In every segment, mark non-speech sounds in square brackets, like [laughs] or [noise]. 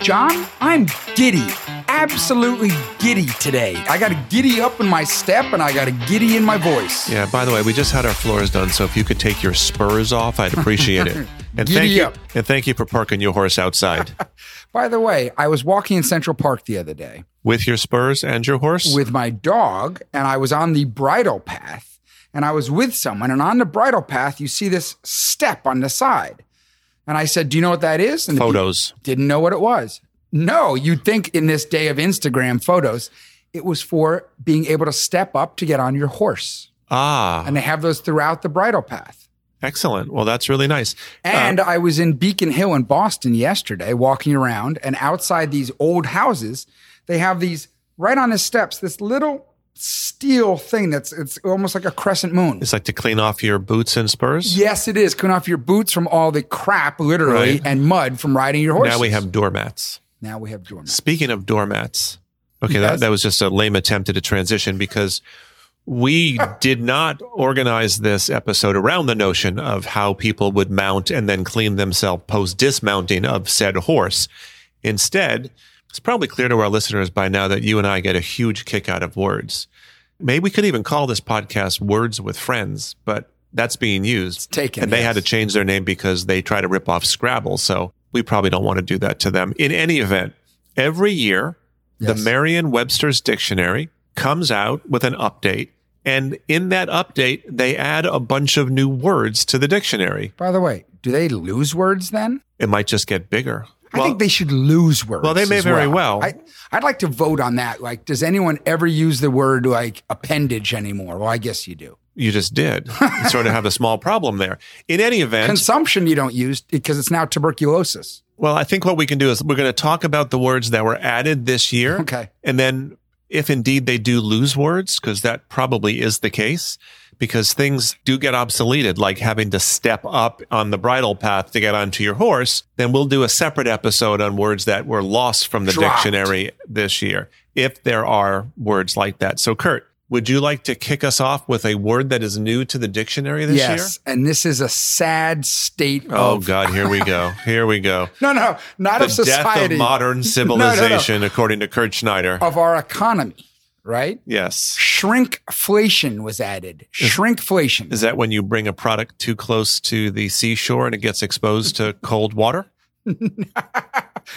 John, I'm giddy, absolutely giddy today. I got a giddy up in my step and I got a giddy in my voice. Yeah, by the way, we just had our floors done, so if you could take your spurs off, I'd appreciate it. [laughs] And Giddy thank you up. and thank you for parking your [laughs] horse outside By the way, I was walking in Central Park the other day with your spurs and your horse. with my dog and I was on the bridle path and I was with someone and on the bridle path you see this step on the side. And I said, "Do you know what that is?" And the photos. didn't know what it was. No, you'd think in this day of Instagram photos, it was for being able to step up to get on your horse. Ah, And they have those throughout the bridle path. excellent. Well, that's really nice. Uh, And I was in Beacon Hill in Boston yesterday walking around, and outside these old houses, they have these right on the steps, this little steel thing that's it's almost like a crescent moon. It's like to clean off your boots and spurs. Yes, it is. Clean off your boots from all the crap, literally, Right. and mud from riding your horse. Now we have doormats. now we have doormats. Speaking of doormats, okay, Yes. that, that was just a lame attempt at a transition because we did not organize this episode around the notion of how people would mount and then clean themselves post dismounting of said horse. Instead, it's probably clear to our listeners by now that you and I get a huge kick out of words. Maybe we could even call this podcast Words with Friends, but that's being used. taken, And they had to yes. change their name because they try to rip off Scrabble. So we probably don't want to do that to them. In any event, every year, Yes. the Merriam Webster's Dictionary comes out with an update. And in that update, they add a bunch of new words to the dictionary. By the way, do they lose words then? It might just get bigger. I think they should lose words. Well, they may as very well. I, I'd like to vote on that. Like, does anyone ever use the word like appendage anymore? Well, I guess you do. you just did. you sort of have a small problem there. [laughs] In any event, Consumption you don't use because it's now tuberculosis. Well, I think what we can do is we're going to talk about the words that were added this year. Okay. And then if indeed they do lose words, because that probably is the case, because things do get obsoleted, like having to step up on the bridle path to get onto your horse, then we'll do a separate episode on words that were lost from the Dropped. dictionary this year, if there are words like that. So, Kurt, would you like to kick us off with a word that is new to the dictionary this yes, and this is a sad state. year? Oh, of, God, here we go. Here we go No, no, not of the death society. of [laughs] modern civilization, according to Kurt Schneider. of our economy, right? Yes. Shrinkflation was added. Shrinkflation. Is that when you bring a product too close to the seashore and it gets exposed to cold water?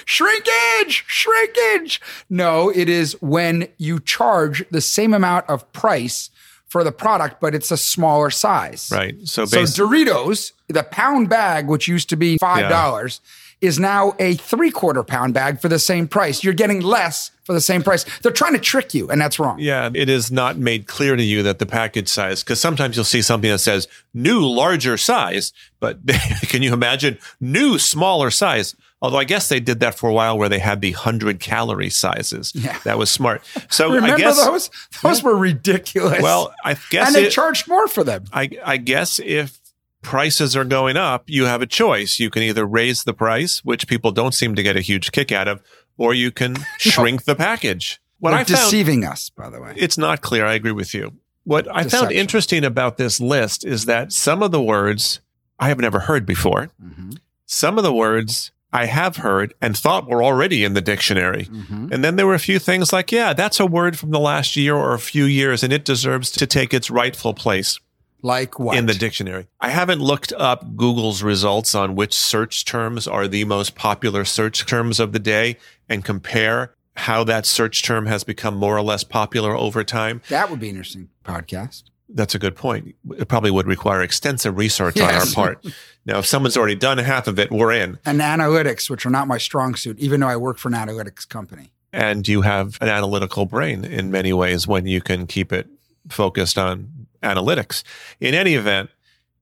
shrinkage, shrinkage. No, it is when you charge the same amount of price for the product, but it's a smaller size. Right. So, So basically, Doritos, the pound bag, which used to be five dollars, is now a three-quarter pound bag for the same price. You're getting less for the same price. They're trying to trick you, and that's wrong. yeah, it is not made clear to you that the package size, because sometimes you'll see something that says new larger size, but [laughs] can you imagine new smaller size? Although I guess they did that for a while where they had the 100 calorie sizes. Yeah. That was smart. So [laughs] Remember I guess, those? Those were ridiculous. well, I guess and they it- charged more for them. I, I guess if prices are going up, you have a choice. You can either raise the price, which people don't seem to get a huge kick out of, or you can shrink the package. What They're I found, deceiving us, by the way. it's not clear. I agree with you. What I found Deception. interesting about this list is that some of the words I have never heard before, Mhm, some of the words I have heard and thought were already in the dictionary. mhm. And then there were a few things like, yeah, that's a word from the last year or a few years, and it deserves to take its rightful place Like what? in the dictionary. I haven't looked up Google's results on which search terms are the most popular search terms of the day and compare how that search term has become more or less popular over time. that would be an interesting podcast. That's a good point. It probably would require extensive research Yes. on our [laughs] part. Now, if someone's already done half of it, we're in. and analytics, which are not my strong suit, even though I work for an analytics company. And you have an analytical brain in many ways when you can keep it focused on analytics. In any event,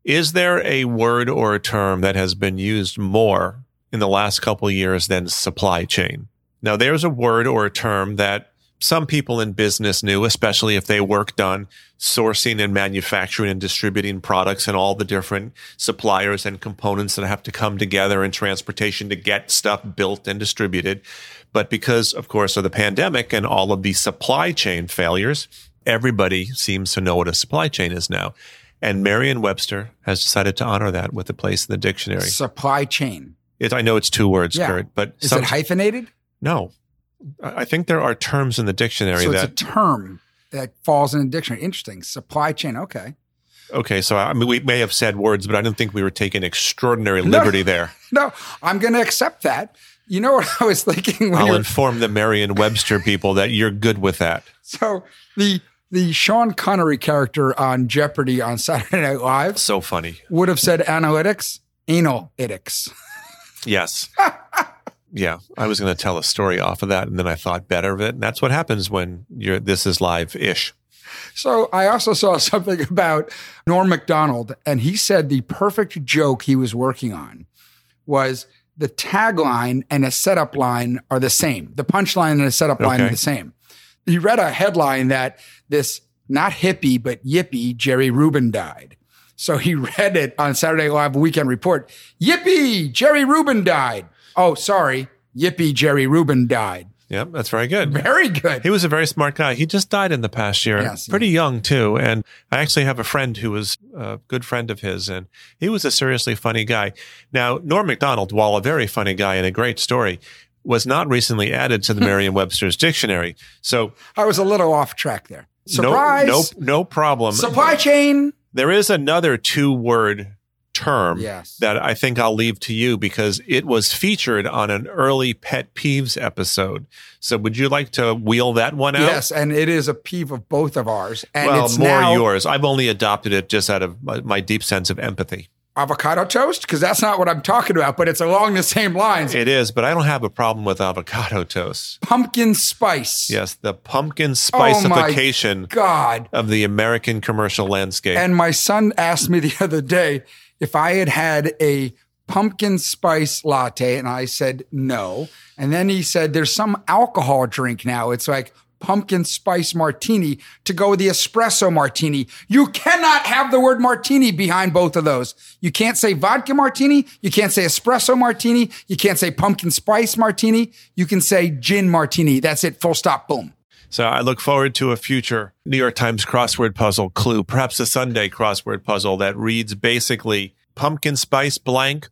is there a word or a term that has been used more in the last couple of years than supply chain? Now, there's a word or a term that some people in business knew, especially if they worked on sourcing and manufacturing and distributing products and all the different suppliers and components that have to come together in transportation to get stuff built and distributed. But because, of course, of the pandemic and all of the supply chain failures, everybody seems to know what a supply chain is now. And Merriam Webster has decided to honor that with a place in the dictionary. Supply chain. It, I know it's two words, Yeah. Kurt, but Is some- it hyphenated? no. I I think there are terms in the dictionary So it's a that term that falls in a dictionary. Interesting. Supply chain. Okay. okay. So I mean, we may have said words, but I didn't think we were taking extraordinary No. liberty there. No, I'm going to accept that. You know what [laughs] I was thinking [laughs] when you I'll were inform the Merriam-Webster people that you're good with that. [laughs] So the the Sean Connery character on Jeopardy on [laughs] Saturday Night Live So funny. would have said analytics, analytics. [laughs] Yes. yeah. I was going to tell a story off of that, and then I thought better of it. And that's what happens when you're this is live-ish. So I also saw [laughs] something about Norm Macdonald, and he said the perfect joke he was working on was the tagline and a setup line are the same. The punchline and the setup line are Okay. the same. He read a headline that this not hippie but yippie Jerry Rubin died. So he [laughs] read it on Saturday Night Live Weekend Report. Yippee! Jerry Rubin died. Oh, sorry. Yippee! Jerry Rubin died. Yeah, that's very good. Very good. He was a very smart guy. He just died in the past year, Yes, pretty young too. And I actually have a friend who was a good friend of his, and he was a seriously funny guy. Now, Norm MacDonald, while a very funny guy and a great story, was not recently added [laughs] to the Merriam-Webster's dictionary. So, I was a little off track there. no, Surprise. no, no problem. Supply chain. There is another two word term Yes. that I think I'll leave to you because it was featured on an early pet peeves episode. So would you like to wheel that one out? Yes, and it is a peeve of both of ours. And well, it's more now yours. I've only adopted it just out of my, my deep sense of empathy. avocado toast because that's not what I'm talking about, but it's along the same lines. It is, but I don't have a problem with avocado toast. Pumpkin spice. Yes, the pumpkin my- spicification God. of the American commercial landscape. And my son asked me [laughs] the other day if I had had a pumpkin spice latte, and I said no. And then he said, "There's some alcohol drink now. It's like." Pumpkin spice martini to go with the espresso martini. You cannot have the word martini behind both of those. You can't say vodka martini. You can't say espresso martini. You can't say pumpkin spice martini. You can say gin martini. That's it. Full stop. Boom. So I look forward to a future New York Times crossword puzzle clue, perhaps a Sunday crossword puzzle that reads basically pumpkin spice blank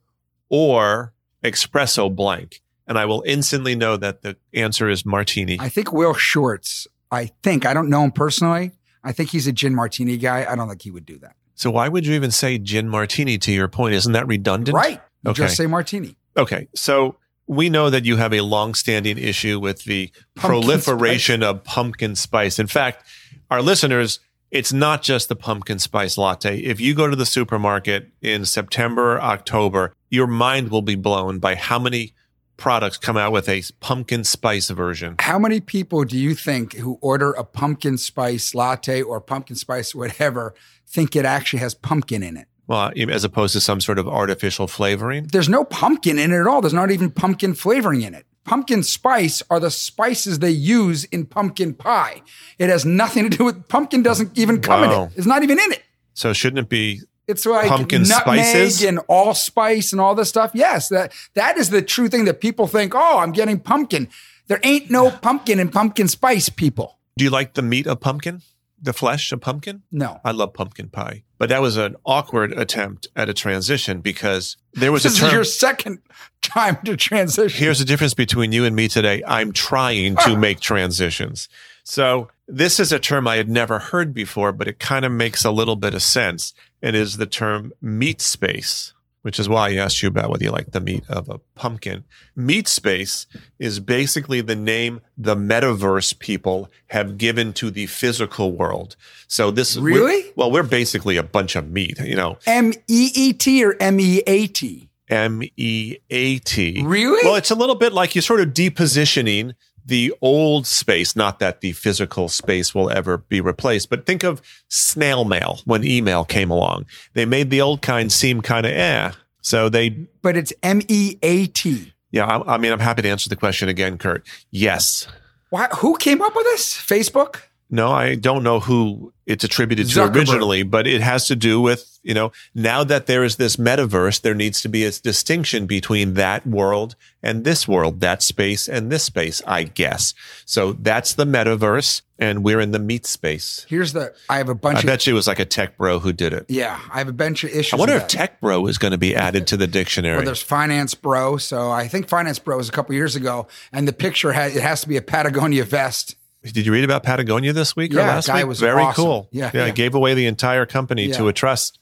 or espresso blank. And I will instantly know that the answer is martini. I think Will Shorts, I think, I don't know him personally. I think he's a gin martini guy. I don't think he would do that. So why would you even say gin martini to your point? Isn't that redundant? right. You Okay. Just say martini. Okay. So we know that you have a long-standing issue with the Pumpkin proliferation of pumpkin spice. In fact, our listeners, it's not just the pumpkin spice latte. If you go to the supermarket in September, October, your mind will be blown by how many products come out with a pumpkin spice version. How many people do you think who order a pumpkin spice latte or pumpkin spice whatever think it actually has pumpkin in it? Well, uh, as opposed to some sort of artificial flavoring. There's no pumpkin in it at all. There's not even pumpkin flavoring in it. Pumpkin spice are the spices they use in pumpkin pie. It has nothing to do with pumpkin doesn't even come in Wow. it. It's not even in it. So shouldn't it be It's like Pumpkin nutmeg spices? and allspice and all this stuff. Yes, that that is the true thing that people think. Oh, I'm getting pumpkin. There ain't no pumpkin in pumpkin spice, people. do you like the meat of pumpkin? The flesh of pumpkin? No, I love pumpkin pie. But that was an awkward attempt at a transition because there was a this is term. your second [laughs] time to transition. Ah. Here's the difference between you and me today. I'm trying to make transitions. So this is a term I had never heard before, but it kind of makes a little bit of sense. It is the term meat space, which is why I asked you about whether you like the meat of a pumpkin. Meat space is basically the name the metaverse people have given to the physical world. So this is Really? well, we're basically a bunch of meat, you know, M E E T or M E A T? M E A T. Really? Well, it's a little bit like you're sort of depositioning the old space, not that the physical space will ever be replaced, but think of snail mail when email came along. They made the old kind seem kind of eh. So they, but it's M E A T. yeah, I, I mean, I'm happy to answer the question again, Kurt. Yes. Why? Who came up with this? Facebook? No, I don't know who it's attributed to Zuckerberg. originally, but it has to do with, you know, now that there is this metaverse, there needs to be a distinction between that world and this world, that space and this space, I guess. So that's the metaverse, and we're in the meat space. Here's the I have a I bunch of bet you it was like a tech bro who did it. yeah, I have a bunch of issues. I wonder with if that. tech bro is going to be added to the Well, dictionary. there's Finance Bro. So I think Finance Bro was a couple years ago, and the picture had it has to be a Patagonia vest. Did you read about Patagonia this week or Yeah, last guy week? was Very awesome. cool. Yeah, yeah, yeah. gave away the entire company to Yeah. a trust.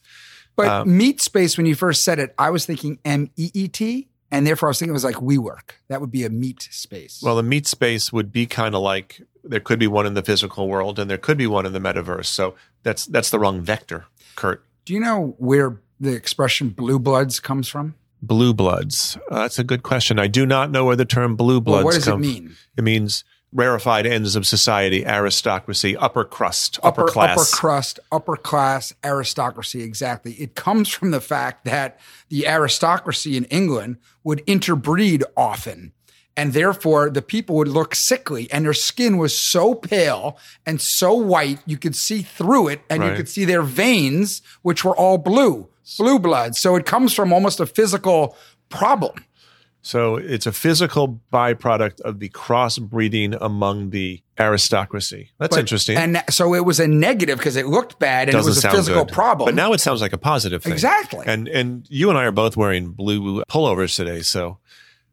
But Um, meat space, when you first said it, I was thinking M E E T, and therefore I was thinking it was like WeWork. That would be a meat space. Well, the meat space would be kind of like there could be one in the physical world and there could be one in the metaverse. So that's that's the wrong vector, Kurt. do you know where the expression "blue bloods" comes from? Blue bloods. Uh, that's a good question. I do not know where the term blue Well, bloods what does it come. mean? It means rarefied ends of society, aristocracy, upper crust, upper, class. upper crust, upper class aristocracy. Exactly. It comes from the fact that the aristocracy in England would interbreed often. And therefore, the people would look sickly, and their skin was so pale and so white, you could see through it, and Right. you could see their veins, which were all blue, blue blood. So it comes from almost a physical problem. so it's a physical byproduct of the crossbreeding among the aristocracy. That's interesting. And that- so it was a negative because it looked bad and doesn't it was a sound physical good. problem. But now it sounds like a positive thing. Exactly. And and you and I are both wearing blue pullovers today, so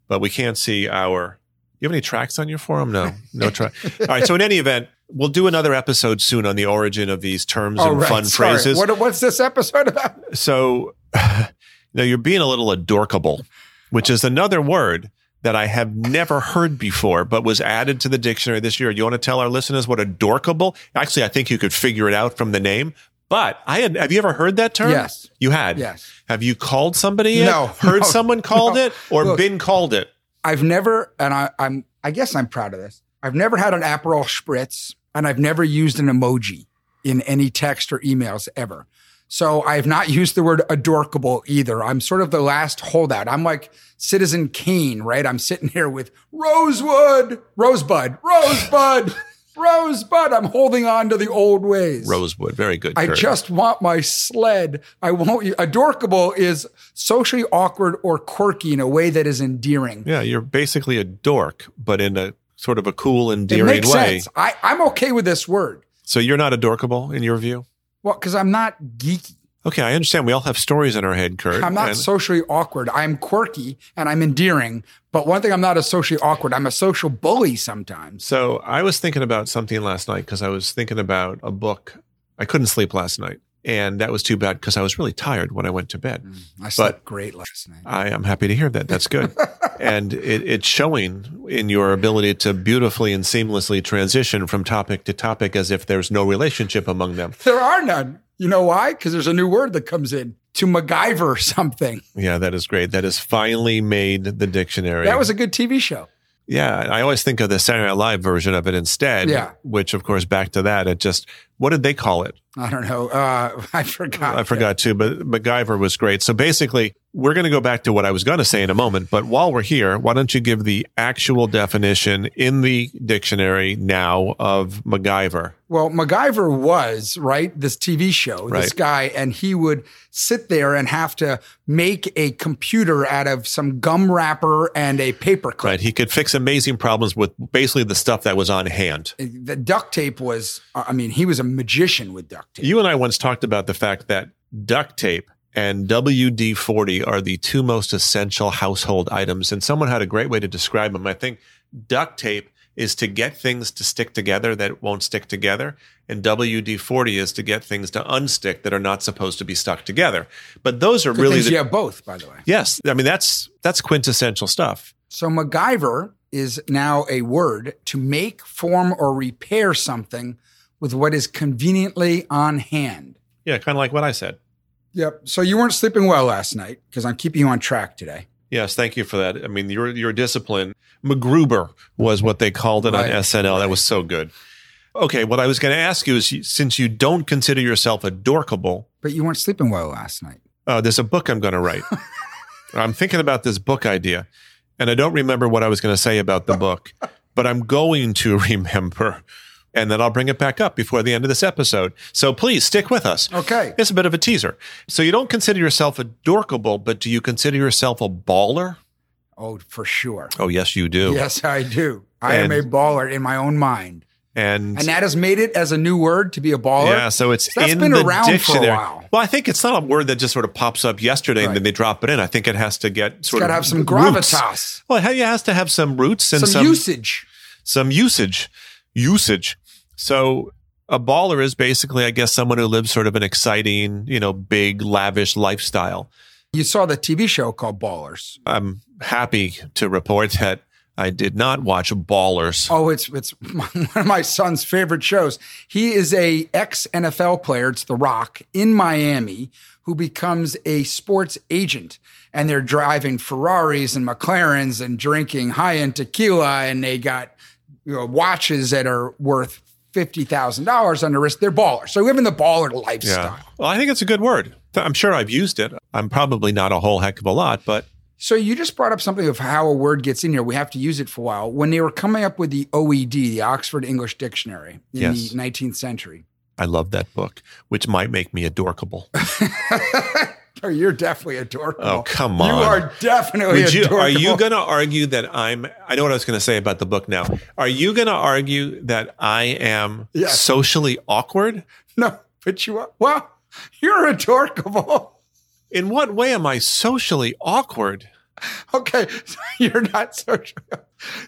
but we can't see our you have any tracks on your forum? No. [laughs] No track. All right. So in any event, we'll do another episode soon on the origin of these terms All and right, fun sorry. phrases. What, what's this episode about? so [laughs] now you're being a little adorkable, which is another word that I have never heard before, but was added to the dictionary this year. Do you want to tell our listeners what adorkable? Actually, I think you could figure it out from the name. But I had, have you ever heard that term? Yes. You had? Yes. Have you called somebody it? No, [laughs] Heard no, someone called no. it or Look. been called it? I've never, and I, I'm, I guess I'm proud of this. I've never had an Aperol spritz, and I've never used an emoji in any text or emails ever. So I have not used the word adorkable either. I'm sort of the last holdout. I'm like Citizen Kane, right? I'm sitting here with Rosewood, Rosebud, [laughs] Rosebud, Rosebud. I'm holding on to the old ways. Rosewood. Very good. I Kurt. just want my sled. I won't. Adorkable is socially awkward or quirky in a way that is endearing. yeah, you're basically a dork, but in a sort of a cool, endearing it makes way. sense. I, I'm okay with this word. So you're not adorkable in your view? Well, because I'm not geeky. Okay, I understand. We all have stories in our head, Kurt. I'm not and- socially awkward. I'm quirky and I'm endearing. But one thing I'm not is socially awkward. I'm a social bully sometimes. So I was thinking about something last night because I was thinking about a book. I couldn't sleep last night, and that was too bad because I was really tired when I went to bed. I slept great last night. I am happy to hear that. [laughs] That's good. and it, it's showing in your ability to beautifully and seamlessly transition from topic to topic as if there's no relationship among them. There are none. You know why? Because there's a new word that comes in to MacGyver [laughs] something. Yeah, that is great. That has finally made the dictionary. That was a good TV show. Yeah, I always think of the Saturday Night Live version of it instead. Yeah. Which, of course, back to that, it just, what did they call it? I don't know. Uh, [laughs] I forgot. I forgot too, but MacGyver was great. So basically, we're going to go back to what I was going to say in a moment. But while we're here, why don't you give the actual definition in the dictionary now of MacGyver? Well, MacGyver was, right, this TV show, this Right. guy, and he would sit there and have to make a computer out of some gum wrapper and a paper clip. Right. He could fix amazing problems with basically the stuff that was on hand. The duct tape was, uh, I mean, he was a magician with duct tape. You and I once talked about the fact that duct tape and WD 40 are the two most essential household items. And someone had a great way to describe them. I think duct tape is to get things to stick together that won't stick together. And WD 40 is to get things to unstick that are not supposed to be stuck together. But those are Good really things the. you have both, by the way. Yes. I mean, that's that's quintessential stuff. So MacGyver is now a word to make, form, or repair something with what is conveniently on hand. Yeah. Kind of like what I said. Yep. So you weren't sleeping well last night because I'm keeping you on track today. Yes, thank you for that. I mean, your your discipline, MacGruber was what they called it on Right, SNL. That was so good. Okay, what I was going to ask you is, you- since you don't consider yourself adorkable, But you weren't sleeping well last night. uh, there's a book I'm going [laughs] to write. I'm thinking about this book idea, and I don't [laughs] remember what I was going to say about the book, but I'm going to remember and then I'll bring it back up before the end of this episode. So please stick with us. Okay. It's a bit of a teaser. So you don't consider yourself a dorkable, but do you consider yourself a baller? Oh, for sure. Oh, yes, you do. Yes, I do. I am And- a baller in my own mind. And, And that has made it as a new word to be a baller. yeah, so it's So that's in been the around for a dictionary. while. Well, I think it's not a word that just sort of pops up yesterday and Right. then they drop it in. I think it has to get It's sort got to of have some roots. gravitas, Well, it ha- it has to have some roots and some, some usage. some usage. Usage. So a baller is basically, I guess, someone who lives sort of an exciting, you know, big, lavish lifestyle. You saw the TV show called Ballers. I'm happy to report that I did not watch Ballers. Oh, it's it's [laughs] one of my son's favorite shows. He is a ex NFL player. It's The Rock in Miami who becomes a sports agent, and they're driving Ferraris and McLarens and drinking high end tequila, and they got you know, watches that are worth fifty thousand dollars on the wrist. They're ballers. So living the baller lifestyle. Yeah. Well, I think it's a good word. I'm sure I've used it. I'm probably not a whole heck of a lot, but So you just brought up something of how a word gets in here. We have to use it for a while. When they were coming up with the OED, the Oxford English Dictionary, in Yes. the 19th century. I love that book, which might make [laughs] me adorkable. Oh, you're definitely adorable. Oh, come You on. are definitely Would you, adorable. are you going to argue that I'm? I know what I was going to say about the book now. Are you going to argue that I am Yes. socially awkward? No, but you are. Well, you're adorable. [laughs] In what way am I socially awkward? Okay, [laughs] so you're not social.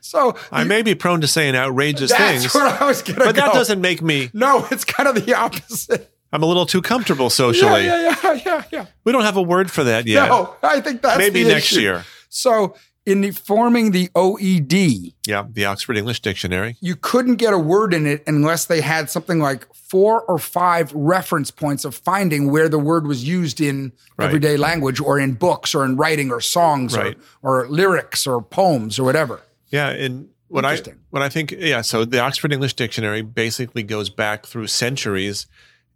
So I may be prone to saying outrageous that's things, where I was going to go. but that doesn't make me. No, it's kind of the opposite. [laughs] I'm a little too comfortable Yeah, socially. yeah, yeah, yeah, yeah. We don't have a word for that yet. No, I think that's Maybe the next issue. year. So in the, forming the E OED, Yeah, the Oxford English Dictionary. you couldn't get a word in it unless they had something like four or five reference points of finding where the word was used in Right. everyday language or in books or in writing or songs Right. or, or lyrics or poems or whatever. Yeah, and what I Interesting. what I think, yeah, so the Oxford English Dictionary basically goes back through centuries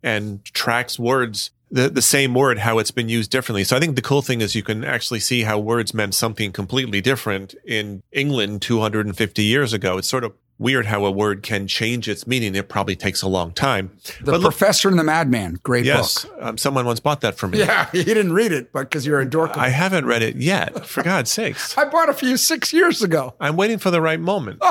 and tracks words the the same word how it's been used differently. So I think the cool thing is you can actually see how words meant something completely different in England 250 years ago. It's sort of weird how a word can change its meaning. It probably takes a long time. The But look- Professor and the Madman, great Yes, book. [laughs] um, someone once bought that for me. Yeah, he didn't read it, but because you're a dork. I, I haven't read it yet, for God's sakes. bought it for you six years ago. I'm waiting for the right moment.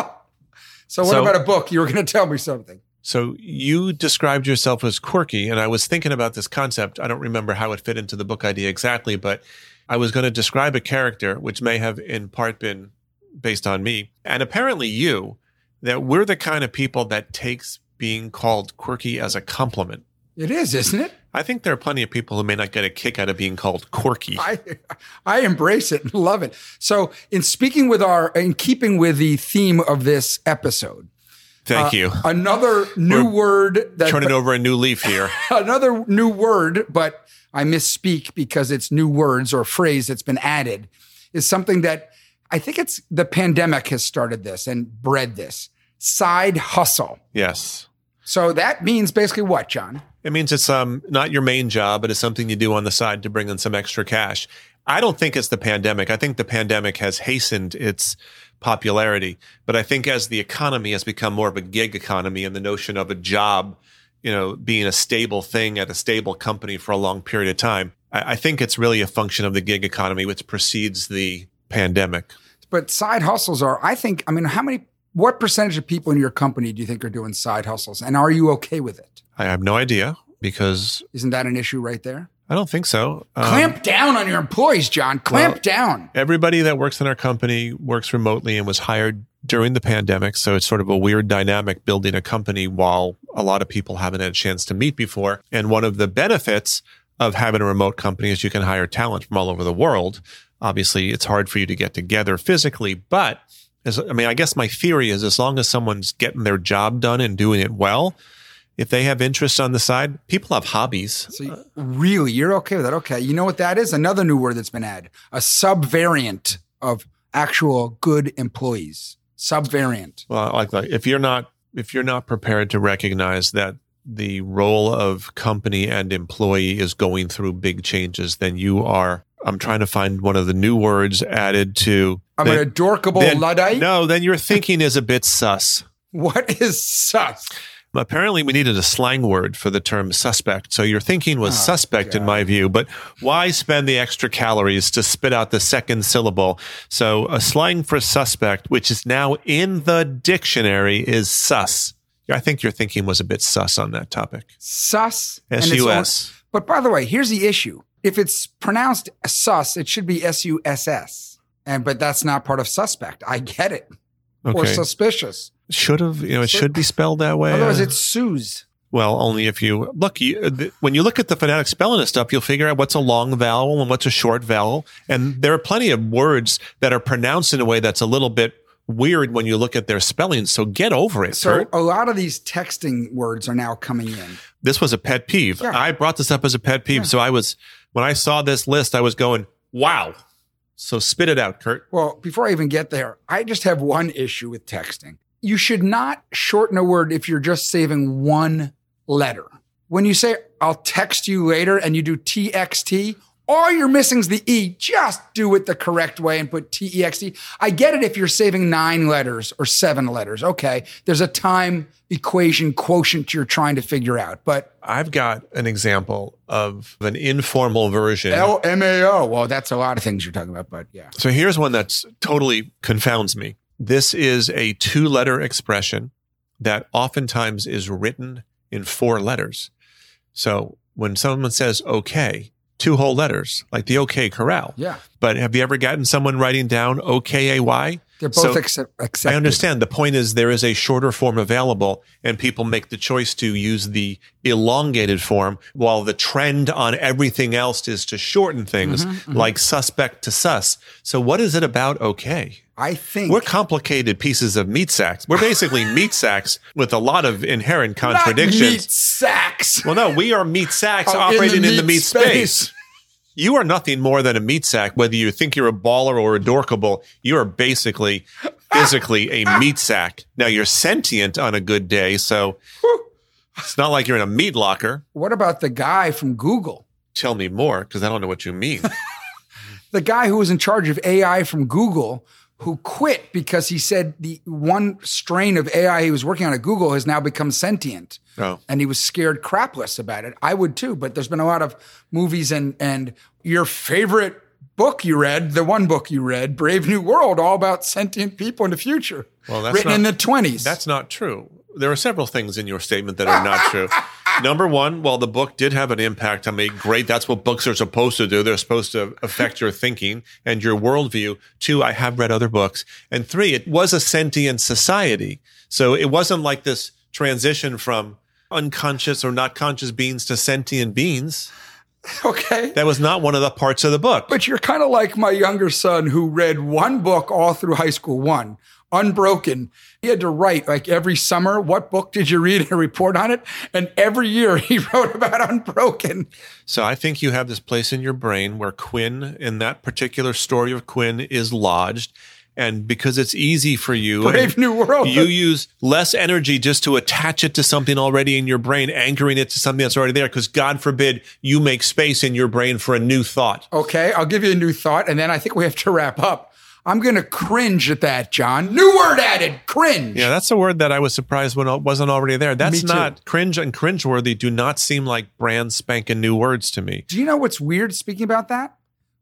So what So- about a book? You were going to tell me something. So you described yourself as quirky, and I was thinking about this concept. I don't remember how it fit into the book idea exactly, but I was going to describe a character, which may have in part been based on me, and apparently you, that we're the kind of people that takes being called quirky as a compliment. It is, isn't it? I think there are plenty of people who may not get a kick out of being called quirky. I I embrace it and love it. So, in speaking with our, in keeping with the theme of this episode, Thank you. another new word that Turning over a new leaf here. [laughs] another new word, but I misspeak because it's new words or phrase that's been added, is something that I think it's the pandemic has started this and bred this side hustle. Yes. So that means basically what, John? It means it's um not your main job, but it's something you do on the side to bring in some extra cash. I don't think it's the pandemic. I think the pandemic has hastened its popularity, but I think as the economy has become more of a gig economy and the notion of a job, you know, being a stable thing at a stable company for a long period of time, I, I think it's really a function of the gig economy, which precedes the pandemic. But side hustles are, I think, I mean, how many, what percentage of people in your company do you think are doing side hustles? And are you okay with it? I have no idea because Isn't that an issue right there? I don't think so. Um, Clamp down on your employees, John. Clamp well- down. everybody that works in our company works remotely and was hired during the pandemic. So it's sort of a weird dynamic building a company while a lot of people haven't had a chance to meet before. And one of the benefits of having a remote company is you can hire talent from all over the world. Obviously, it's hard for you to get together physically, but as, I mean, I guess my theory is as long as someone's getting their job done and doing it well, if they have interests on the side, people have hobbies. So you- really, you're okay with that? Okay. You know what that is? Another new word that's been added: a subvariant of actual good employees. Subvariant. Well, like, like if you're not if you're not prepared to recognize that the role of company and employee is going through big changes, then you are. I'm trying to find one of the new words added to. I'm that- an adorkable then- luddite. no, then your thinking is a bit sus. What is sus? Apparently, we needed a slang word for the term suspect. So your thinking was Oh, suspect in my view, but why spend the extra calories to spit out the second syllable? So a slang for suspect, which is now in the dictionary, is sus. I think your thinking was a bit sus on that topic. Sus. and S it's U on- S. But by the way, here's the issue. If it's pronounced sus, it should be S U S S. And but that's not part of suspect. I get it. Or Okay. suspicious. should have, you know, it So- should be spelled that way. Otherwise Uh, it's Suze. Well, only if you look. You, uh, th- when you look at the phonetic spelling and stuff, you'll figure out what's a long vowel and what's a short vowel. And there are plenty of words that are pronounced in a way that's a little bit weird when you look at their spelling. So get over it. So Kurt. a lot of these texting words are now coming in. This was a pet peeve. Yeah. I brought this up as a pet peeve. Yeah. So I was when I saw this list, I was going, "Wow!" So spit it out, Kurt. Well, before I even get there, I just have one issue with texting. You should not shorten a word if you're just saving one letter. When you say, I'll text you later, and you do TXT, all you're missing is the E. Just do it the correct way and put TEXT. I get it if you're saving nine letters or seven letters. Okay. There's a time equation quotient you're trying to figure out, but I've got an example of an informal version. LMAO, well, that's a lot of things you're talking about, but yeah. So here's one that's totally confounds me. This is a two letter expression that oftentimes is written in four letters. So when someone says okay, two whole letters, like the OK Corral. Yeah. But have you ever gotten someone writing down OKAY? They're both So, accept- accepted. I understand. The point is there is a shorter form available and people make the choice to use the elongated form while the trend on everything else is to shorten things Mm-hmm, like suspect to sus. So what is it about okay? I think We're complicated pieces of meat sacks. We're basically [laughs] meat sacks with a lot of inherent Not meat contradictions. sacks. Well, no, we are meat sacks Oh, in the operating in the meat meat space. space. You are nothing more than a meat sack, whether you think you're a baller or a dorkable. You are basically physically [laughs] a meat sack. Now you're sentient on a good day, so it's not like you're in a meat locker. What about the guy from Google? Tell me more, because I don't know what [laughs] you mean. The guy who was in charge of AI from Google who quit because he said the one strain of AI he was working on at Google has now become sentient. Oh. And he was scared crapless about it. I would too, but there's been a lot of movies and and your favorite book you read, the one book you read, Brave New World, all about sentient people in the future. Well, that's written not- in the 20s. That's not true. There are several things in your statement that are not true. Number one, while the book did have an impact on me, great. That's what books are supposed to do. They're supposed to affect your thinking and your worldview. Two, I have read other books. And three, it was a sentient society. So it wasn't like this transition from unconscious or not conscious beings to sentient beings. [laughs] okay. That was not one of the parts of the book. But you're kind of like my younger son who read one book all through high school, one, unbroken. He had to write like every summer, what book did you read and [laughs] report on it? And every year [laughs] he wrote about unbroken. So I think you have this place in your brain where Quinn, in that particular story of Quinn, is lodged. And because it's easy for you, [laughs] Brave and New World. you use less energy just to attach it to something already in your brain, anchoring it to something that's already there. Because God forbid you make space in your brain for a new thought. okay, I'll give you a new thought. And then I think we have to wrap up. I'm going to cringe at that, John. New word added cringe. Yeah, that's a word that I was surprised when it wasn't already there. That's too. not cringe and cringeworthy do not seem like brand spanking new words to me. Do you know what's weird speaking about that?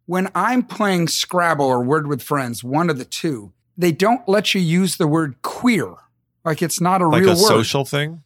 When I'm playing Scrabble or Word with Friends, one of the two, they don't let you use the word queer. Like it's not a Like real a word. social thing.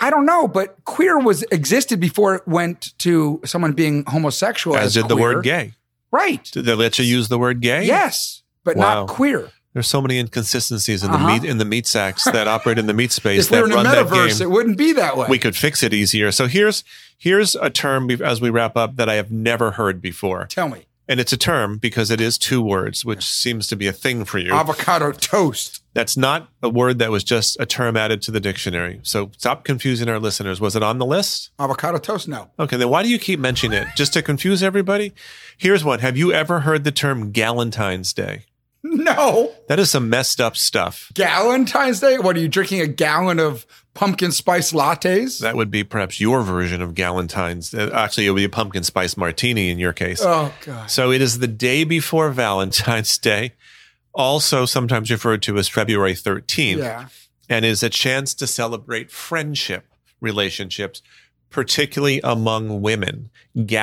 I don't know, but queer was existed before it went to someone being homosexual. As As, did the queer. word gay. Right. Did they let you use the word gay? Yes, but Wow. not queer. There's so many inconsistencies in Uh-huh. the meat in the meat sacks that operate in the meat space If we that were in a run that game. metaverse, it wouldn't be that way. we could fix it easier. So here's here's a term be- as we wrap up that I have never heard before, Tell me, and it's a term because it is two words, which seems to be a thing for you. avocado toast. That's not a word that was just a term added to the dictionary. So stop confusing our listeners. Was it on the list? Avocado toast? No. [laughs] Okay, then why do you keep mentioning it? Just to confuse everybody? Here's one. Have you ever heard the term Galentine's Day? No. That is some messed up stuff. Galentine's Day? What are you drinking a gallon of pumpkin spice lattes? That would be perhaps your version of Galentine's. Uh, Actually, it would be a pumpkin spice martini in your case. oh, God. So it is the day before [laughs] Valentine's Day, also sometimes referred to as February 13th. Yeah. and is a chance to celebrate friendship relationships, particularly among women.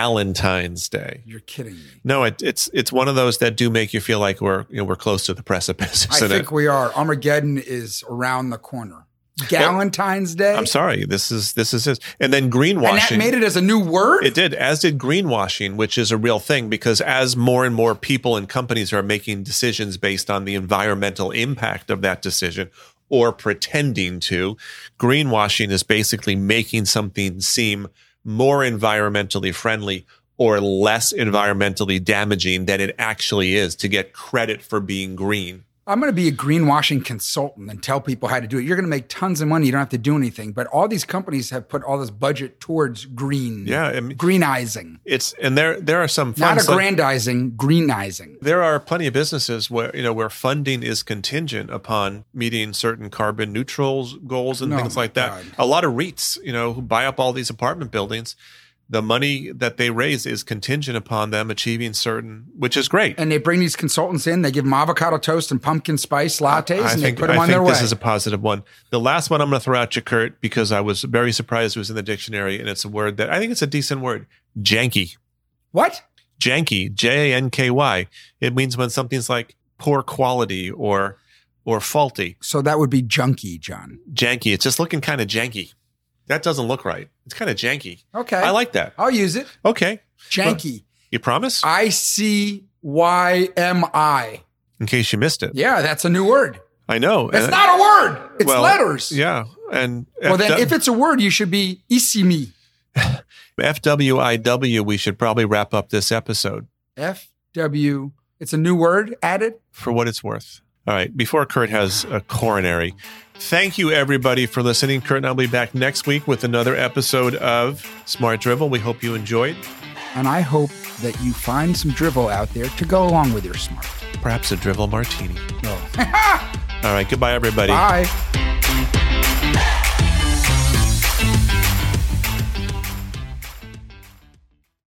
Galentine's Day. You're kidding me. No, it, it's it's one of those that do make you feel like we're you know we're close to the precipice. [laughs] I isn't it? think we are. Armageddon is around the corner. Galentine's Day. I'm sorry. This is this is it. And then And that greenwashing. made it as a new word? It did, as did greenwashing, which is a real thing because as more and more people and companies are making decisions based on the environmental impact of that decision or pretending to, greenwashing is basically making something seem more environmentally friendly or less environmentally damaging than it actually is to get credit for being green. I'm going to be a greenwashing consultant and tell people how to do it. You're going to make tons of money. You don't have to do anything. But all these companies have put all this budget towards green. Yeah, I mean- greenizing. It's and there there are some Not funds like- aggrandizing, greenizing. there are plenty of businesses where you know where funding is contingent upon meeting certain carbon neutrals goals and Oh things my like that. God. A lot of REITs, you know, who buy up all these apartment buildings, the money that they raise is contingent upon them achieving certain, which is great. And they bring these consultants in. They give them avocado toast and pumpkin spice lattes, I and think, they put them I on think their this way. is a positive one. The last one I'm going to throw out you, Kurt, because I was very surprised it was in the dictionary, and it's a word that I think it's a decent word: janky. what? janky j a n k y it means when something's like poor quality or or faulty So that would be junky, John. janky it's just looking kind of janky that doesn't look right it's kind of janky Okay, i like that I'll use it. okay Janky. you promise I C Y M I. in case you missed it Yeah, that's a new word. i know That's And- not a word. It's Uh, well, letters. yeah and Well, then, if it's a word, you should be isimi. fwiw we should probably wrap up this episode F W. It's a new word added. for what it's worth all right before kurt has a coronary thank you everybody for listening kurt and i'll be back next week with another episode of smart dribble we hope you enjoyed And I hope that you find some drivel out there to go along with your smart. perhaps a drivel martini. No. All right, goodbye, everybody. Bye.